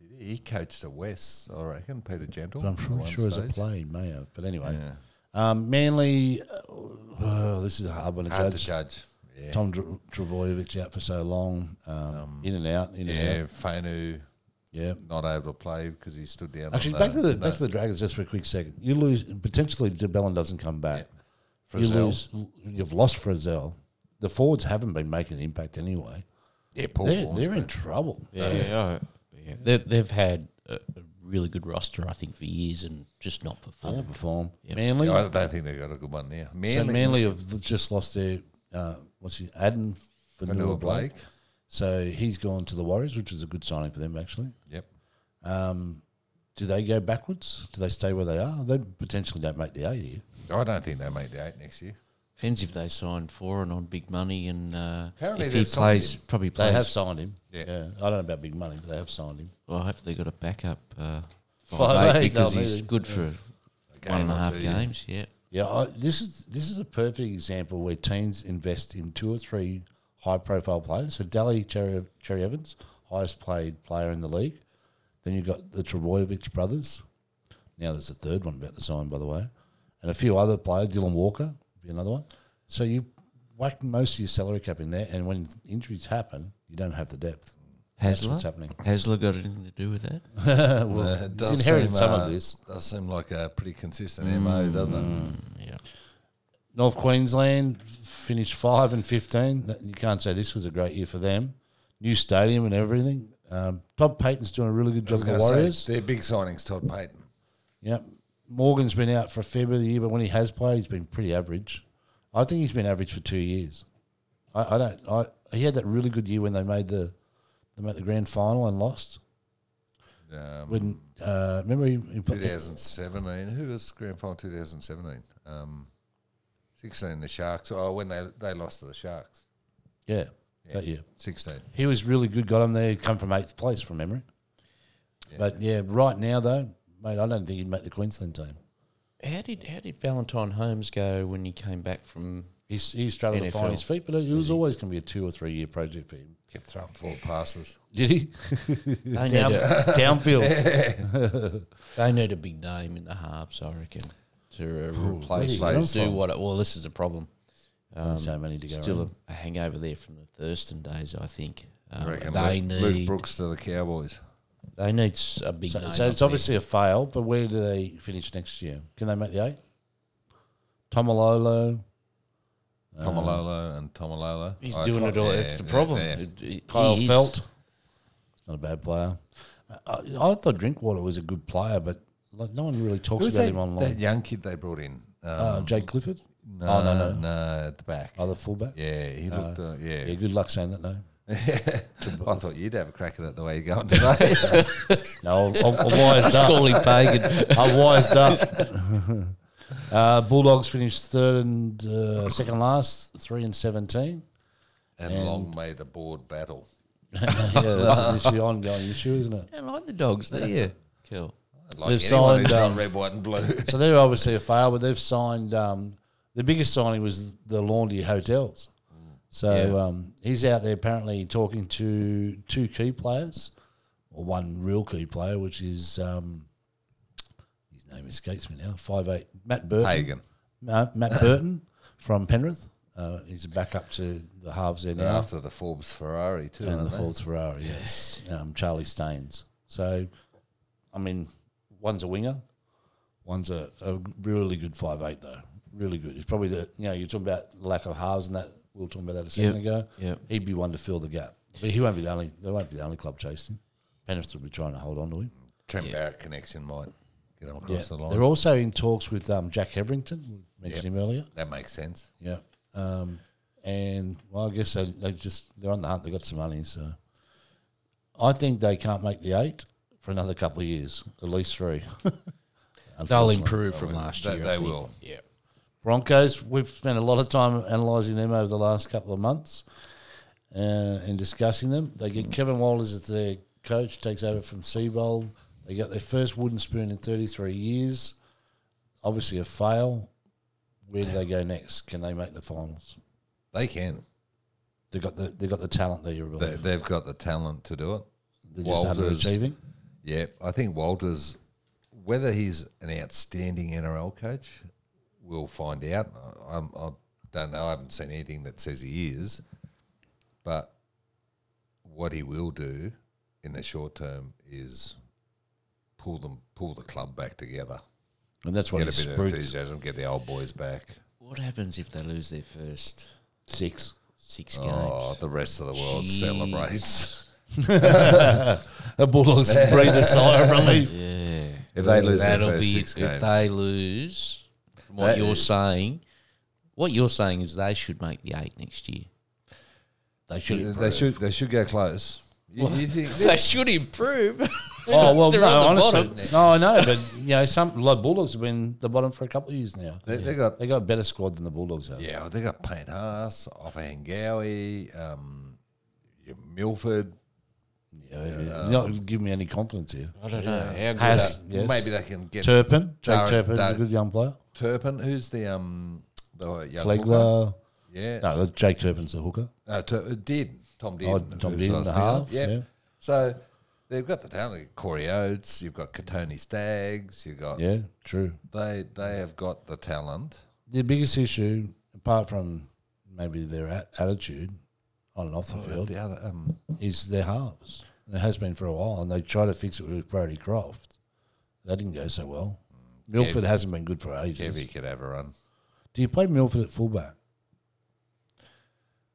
Did he? He coached at West, I reckon. Peter Gentle. But I'm at sure, Oh, one sure as a stage. player he may have. But anyway, Yeah. um, Manly. uh, oh, this is a hard one to Hard judge. to judge. Yeah, Tom Dr- Travojevic out for so long, um, in and out, in and yeah. out. Fainu Yeah. not able to play because he stood down. Actually, on back to the no, back to the Dragons just for a quick second. You lose potentially. DeBellin doesn't come back. You Frizzell. lose. You've lost Frizzell. The forwards haven't been making an impact anyway. Yeah, Paul They're, Vaughan's they're been- in trouble. Yeah, yeah. yeah. They, they've had a, a really good roster, I think, for years and just not They performed. don't perform. Manly. I don't think they've got a good one there. so Manly, Manly have just lost their uh, what's he? Adam Fanua Vanilla Blake. Blake. So he's gone to the Warriors, which is a good signing for them actually. Yep. Do they go backwards? Do they stay where they are? They potentially don't make the eight here. I don't think they make the eight next year. Depends if they sign Foran on big money and uh, Apparently if he they've signed plays, him. probably They plays. have signed him. Yeah. I don't know about big money, but they have signed him. well, I hope they got a backup uh, five, Five eight, eight, because they'll he's need it. good for one and a or half two. games. Yeah, Yeah, I, this is this is a perfect example where teams invest in two or three high-profile players. So Dally Cherry, Cherry Evans, highest-paid player in the league. Then you've got the Trebojevic brothers. Now there's a third one about to sign, by the way, and a few other players. Dylan Walker be another one. So you whack most of your salary cap in there, and when injuries happen, you don't have the depth. That's what's Hasler. happening. Hasler got anything to do with that? well, Uh, it he's does inherited seem, some uh, of this. Does seem like a pretty consistent MO, Mm. doesn't it? Yeah, North Queensland finished five and fifteen. That- You can't say this was a great year for them. New stadium and everything. Um, Todd Payton's doing a really good I job was with the going to Warriors. say, their big signings, Todd Payton. Yep. Morgan's been out for a fair bit of the year, but when he has played, he's been pretty average. I think he's been average for two years. I, I don't. I he had that really good year when they made the they made the grand final and lost. Um, When uh, remember he, he put the, 2017. Who was grand final 2017? Um, 16, the Sharks. Oh, when they they lost to the Sharks. yeah, that year. 16. He was really good. Got him there. Come from eighth place from memory. But yeah, right now though, mate, I don't think he'd make the Queensland team. how did how did Valentine Holmes go when he came back from? He's he's struggling to NFL. find his feet, but it was always going to be a two or three year project for him. Kept throwing four passes. Did he? They need, Down, a, downfield. they need a big name in the halves, I reckon, to uh, replace. where do you do what? It, well, this is a problem. Um, Um, so many to go. still around. a, a hangover there from the Thurston days, I think. Um, I reckon they Luke, need Luke Brooks to the Cowboys. they need s- a big. So, name so up it's obviously a fail, but where do they finish next year? Can they make the eight? Tomalolo, uh, Tomalolo and Tomalolo. there. Um, he's I doing can't- it all. Oh, yeah, it's the yeah, problem. yeah. It- it- Kyle he is- Felt. He's not a bad player. I, I I thought Drinkwater was a good player, but like, no one really Who talks was about him that, that online. young kid they brought in? Um, Uh, Jake Clifford, no, oh, no, Oh, no, no. at the back. other fullback. Yeah, he looked. Uh, yeah, Yeah, good luck saying that, no. I thought you'd have a crack at it the way you're going today. No, I, I, I wised up. Call him pagan. I wised up. uh, Bulldogs finished third and uh, second last, three and seventeen. and, long may the board battle. yeah, that's an issue, ongoing issue, isn't it? I like the dogs, do you? Cool. Like They've anyone signed, who's um, on red, white, and blue. So they're obviously a fail, but they've signed. Um, the biggest signing was the Laundry Hotels. So Yeah. um, he's out there apparently talking to two key players, or one real key player, which is um, his name escapes me now. Five eight Matt Burton. Hagen. No, Matt Burton from Penrith. Uh, he's a backup to the halves there now, After the Forbes Ferrari too, and aren't the they? Ford's Ferrari. Yes, um, Charlie Staines. So, I mean, one's a winger, one's a, a really good five eight though. Really good. It's probably the you know you're talking about lack of halves and that we were talking about that a second Yep, ago. yep. he'd be one to fill the gap, but he won't be the only. They won't be the only club chasing him. Penrith will be trying to hold on to him. Trent Barrett connection might get him across Yeah. the line. They're also in talks with um, Jack Hetherington. We mentioned him earlier. that makes sense. Yeah. Um, and well, I guess they, they just they're on the hunt. They got some money, so I think they can't make the eight for another couple of years, at least three. They'll Unfortunately. improve from last They- year. I they think. will. Yeah. Broncos, we've spent a lot of time analysing them over the last couple of months uh, and discussing them. They get Kevin Walters as their coach, takes over from Seabold. They got their first wooden spoon in 33 years. Obviously, a fail. Where do they go next? Can they make the finals? They can. They got the they got the talent there. You They, believe they've got the talent to do it. they're just Walters- underachieving. Yeah, I think Walters, whether he's an outstanding NRL coach, we'll find out. I, I'm, I don't know. I haven't seen anything that says he is, but what he will do in the short term is pull them, pull the club back together, And that's what get a he's bit of spruced. enthusiasm, get the old boys back. What happens if they lose their first Six. six Oh, games? the rest of the world Jeez. celebrates. The Bulldogs breathe a sigh of relief. Yeah. If they lose their That'll first be six if games, they lose. From what That- you're saying, what you're saying is they should make the eight next year. They should they, improve. should they should go close. You, you think They should improve. Oh well, They're no, on the honestly, no, I know, but you know, some like Bulldogs have been the bottom for a couple of years now. They- they got- they got a better squad than the Bulldogs have. Yeah, well, they got Payne Haas, Offa Hangawi, um, your Milford. Yeah, yeah, yeah. You're not giving me any confidence here. I don't know. How good Has- are- yes. Maybe they can get Turpin, Jake Dar- Turpin's Dar- a good young player. Turpin. Who's the um the young hooker? Flegler, Yeah, no, that's- Jake Turpin's the hooker. uh, Tur- did Tom did Oh, Tom Dearden, the half, yeah. So they've got the talent. Corey Oates. You've got Katoni Staggs. You've got Yeah, true. they they have got the talent. Their biggest issue, apart from maybe their at- attitude on and off Oh, the field, The other um, is their halves. And it has been for a while, and they try to fix it with Brody Croft. That didn't go so well. Milford hasn't been good for ages. Kevy could have a run. Do you play Milford at fullback?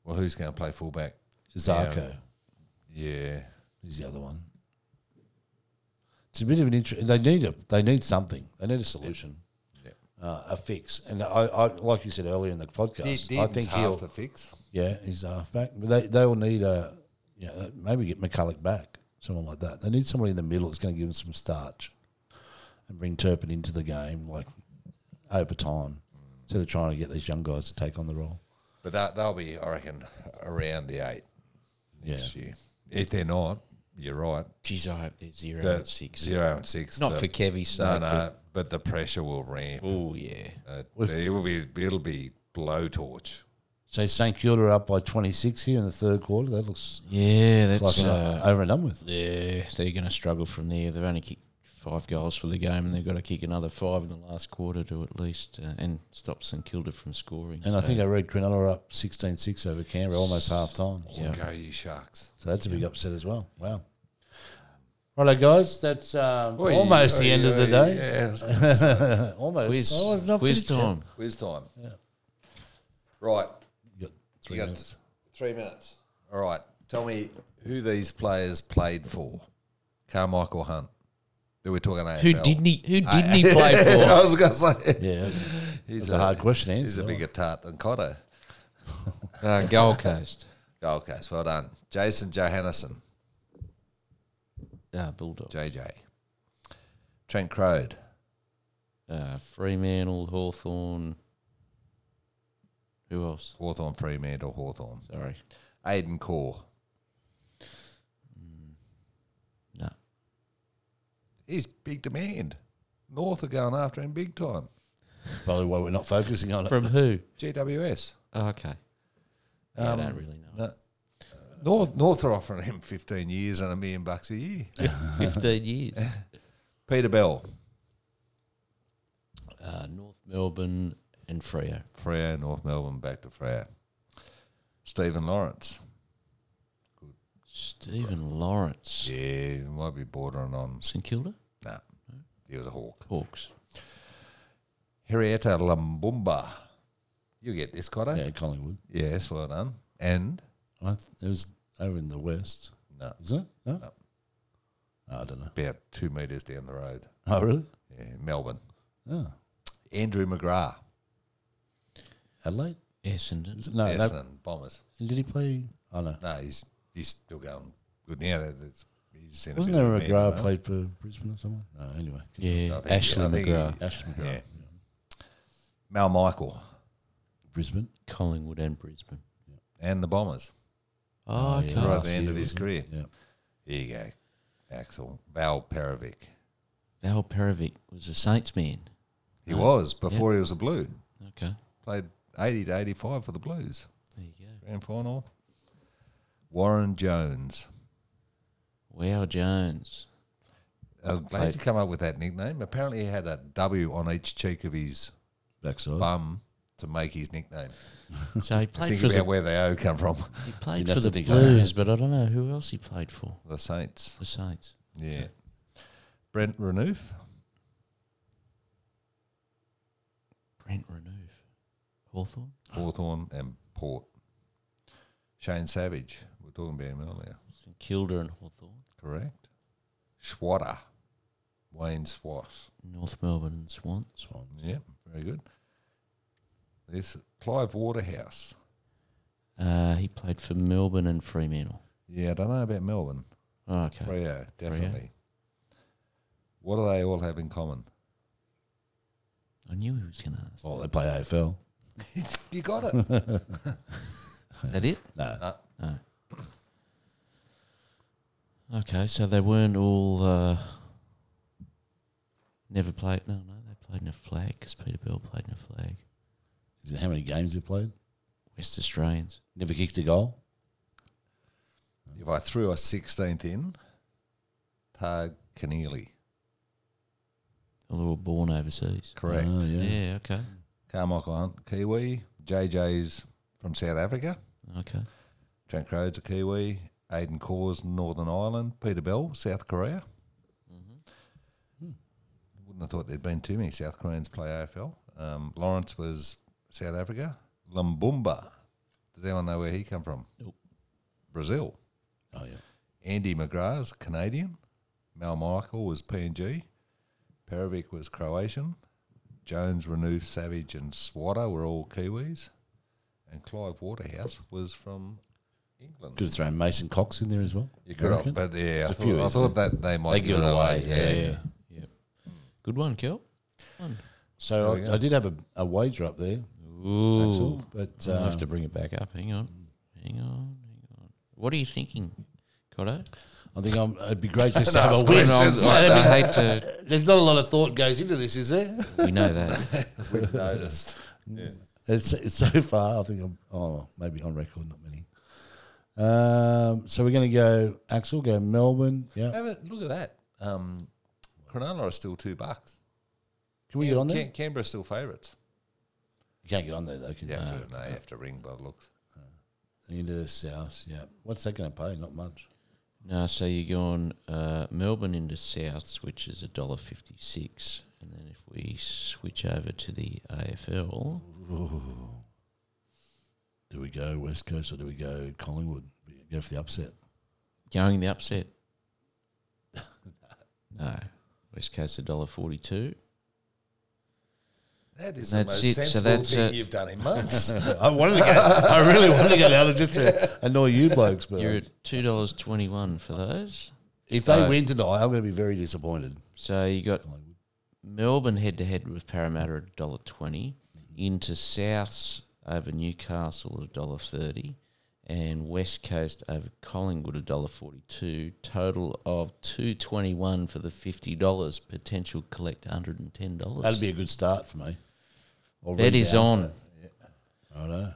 Well, who's going to play fullback? Zarko Yeah, is the other one. It's a bit of an interest. They need a they need something. They need a solution, Yep. Uh, a fix. And I, I like you said earlier in the podcast, I think he'll the fix. yeah he's a halfback. But they they will need a you know, maybe get McCulloch back, someone like that. They need somebody in the middle that's going to give them some starch and bring Turpin into the game like over time instead of trying to get these young guys to take on the role. But that they'll be, I reckon, around the eight next year. If they're not, you're right. Geez, I hope they're zero The and six. zero and six. Not the- for Kevy's sake. No, no. But the pressure will ramp. Oh yeah. Uh, it will be. It'll be blowtorch. So St Kilda are up by 26 here in the third quarter. That looks Yeah, like that's an- uh, over and done with. yeah. They're going to struggle from there. They've only kicked five goals for the game, and they've got to kick another five in the last quarter to at least uh, and stop St Kilda from scoring. And I So, think I read Cronulla are up 16-6 over Canberra, almost half time. Yeah. Go you sharks. So that's a big upset as well. Wow. Righto, guys. That's um, almost the end of the day. Yeah. almost. quiz, I was Oh, not quiz finished yet. time. Quiz time. Right. You got three you got minutes. three minutes. All right. Tell me who these players played for. Carmichael Hunt. Who we talking AFL? Who didn't he? Who didn't he play for? I was going to say. Yeah, He's it's a hard question to He's answer. a that bigger tart than Cotto. Uh, Gold Coast. Gold Coast, Oh, well done. Jason Johannesson, Uh, Bulldog. JJ. Trent Crode, Uh, Fremantle, Hawthorn. Who else? Hawthorn Fremantle, Hawthorn. Sorry. Aiden Core. Mm. No. He's big demand. North are going after him big time. one. Probably why we're not focusing on it. From who? GWS. Oh, okay. Yeah, I don't really know. Um, No. North, North are offering him 15 years and a million bucks a year. Um, Fifteen years. Peter Bell, Uh, North Melbourne and Freo. Freo, North Melbourne, back to Freo. Stephen Lawrence. Stephen Lawrence. Yeah, he might be bordering on. St Kilda? Nah, he was a hawk. Hawks. Henrietta Lumbumba. You get this, Cotto? Yeah, Collingwood. Yes, well done. And I th- it was over in the west, no, isn't it? No? Oh, I don't know. about two metres down the road. Oh, really? Yeah, Melbourne. Oh, Andrew McGrath. Adelaide. Essendon. Is it- No, Essendon that, Bombers. did he play? I know. No, he's he's still going good now. That- that's- he's seen a Wasn't bit there of a revamp, McGrath huh? played for Brisbane or someone? No, anyway. Yeah, I think- Ashley I think he- McGrath, Ashton McGrath, Yeah. Mal Michael Brisbane. Collingwood, and Brisbane. and the Bombers. Oh, yeah. okay. Right at last the end year, of his wasn't career. Yeah. Here you go, Axel Val Perovic. Val Perovic was a Saints man. He Oh, was before he was a Blue. Okay, Played eighty to eighty-five for the Blues. there you go. Grand final. Warren Jones. Wow, Jones. I'm glad Played- you come up with that nickname. Apparently, he had a W on each cheek of his Backside. bum to make his nickname. So he played Think for about the where the O come from. he played You'd for have to the dig that out. Blues, but I don't know who else he played for The Saints. the Saints. Yeah. Brent Renouf. Brent Renouf, Hawthorn. Hawthorn and Port. Shane Savage, we are talking about him earlier, St Kilda and Hawthorn. correct? Schwatter, Wayne Swass. North Melbourne and Swans. Yep, very good. This Clive Waterhouse. Uh, he played for Melbourne and Fremantle. Yeah, I don't know about Melbourne. Oh, okay. Freo, definitely. What do they all have in common? I knew he was going to ask. Well, they play AFL. you got it. Is that it? No. No. Okay, so they weren't all. Uh, never played. No, no, they played in a flag because Peter Bell played in a flag. Is it how many games he played? West Australians. Never kicked a goal. if I threw a 16th in, Tag Keneally, They were all born overseas. correct. Oh, yeah. Yeah, okay. Carmichael Hunt, Kiwi. JJ's from South Africa. Okay. Trent Crowe's a Kiwi. Aidan Cause, Northern Ireland. Peter Bell, South Korea. Wouldn't have thought there'd been too many South Koreans play AFL. Um, Lawrence was South Africa. Lumbumba. Does anyone know where he come from? Nope. Brazil. Oh, yeah. Andy McGrath's Canadian. Mal Michael was PNG. Perovic was Croatian. Jones, Renouf, Savage, and Swatter were all Kiwis. And Clive Waterhouse was from England. Could have thrown Mason Cox in there as well. You could reckon? have, but yeah, I There's a thought, few, I isn't thought that they might They give it away. Yeah, yeah. Yeah. Good one, Kel. One. So There we I, go. I did have a, a wager up there, Ooh. Axel, but I'll uh, Um, have to bring it back up. Hang on. Hang on. Hang on. What are you thinking, Cotto? I think I'm, it'd be great just to No, have a it's win. questions on- like I hate to. There's not a lot of thought goes into this, is there? We know that. we've noticed. Yeah. It's, it's so far. I think I'm oh maybe on record, not many. Um, so we're going to go Axel, go Melbourne. Yeah, Have a look at that. Um, Cronulla are still two bucks. can we get on there? Can- Canberra's still favourites. You can't get on there though. Can You you? have to, no, you have to ring by the looks. Into South. Yeah, what's that going to pay? Not much. No, so you're going uh, Melbourne into Souths, which is a dollar fifty six, and then if we switch over to the AFL, Do we go West Coast or do we go Collingwood? We Go for the upset. going the upset. no, West Coast a dollar forty two. That is That's the most it, so sensible that's thing it. you've done in months. I wanted to go. I really wanted to go down there just to annoy you blokes. But um, You're at two dollars twenty one for those. if they Uh, win tonight, I'm going to be very disappointed. So you got Melbourne head to head with Parramatta at dollar twenty, Mm-hmm. into Souths over Newcastle at dollar thirty, and West Coast over Collingwood at dollar forty two. Total of two twenty one for the fifty dollars. Potential collect one hundred and ten That'd dollars. be a good start for me. Or That is rebound. on. I know.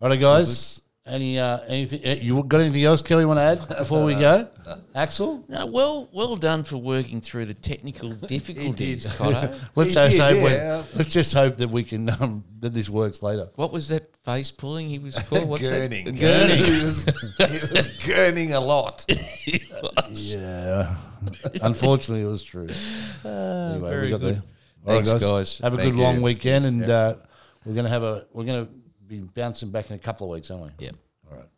All right, guys. Any uh, anything eh, you got anything else, Kelly? Want to add before we go, Axel? No, well, well done for working through the technical difficulties, Cotto. Let's He just did, hope. we- yeah. let's just hope that we can um, that this works later. What was that face pulling he was called? What's that? gurning. Gurning. He was, he was gurning a lot. Yeah. Unfortunately, it was true. anyway, Ah, very good. All right, Thanks, guys. Have a Thank good long you. weekend, and uh, we're gonna have a we're gonna be bouncing back in a couple of weeks, aren't we? Yep. All right.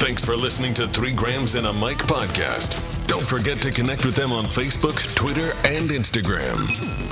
Thanks for listening to Three Grams and a Mic podcast. Don't forget to connect with them on Facebook, Twitter, and Instagram.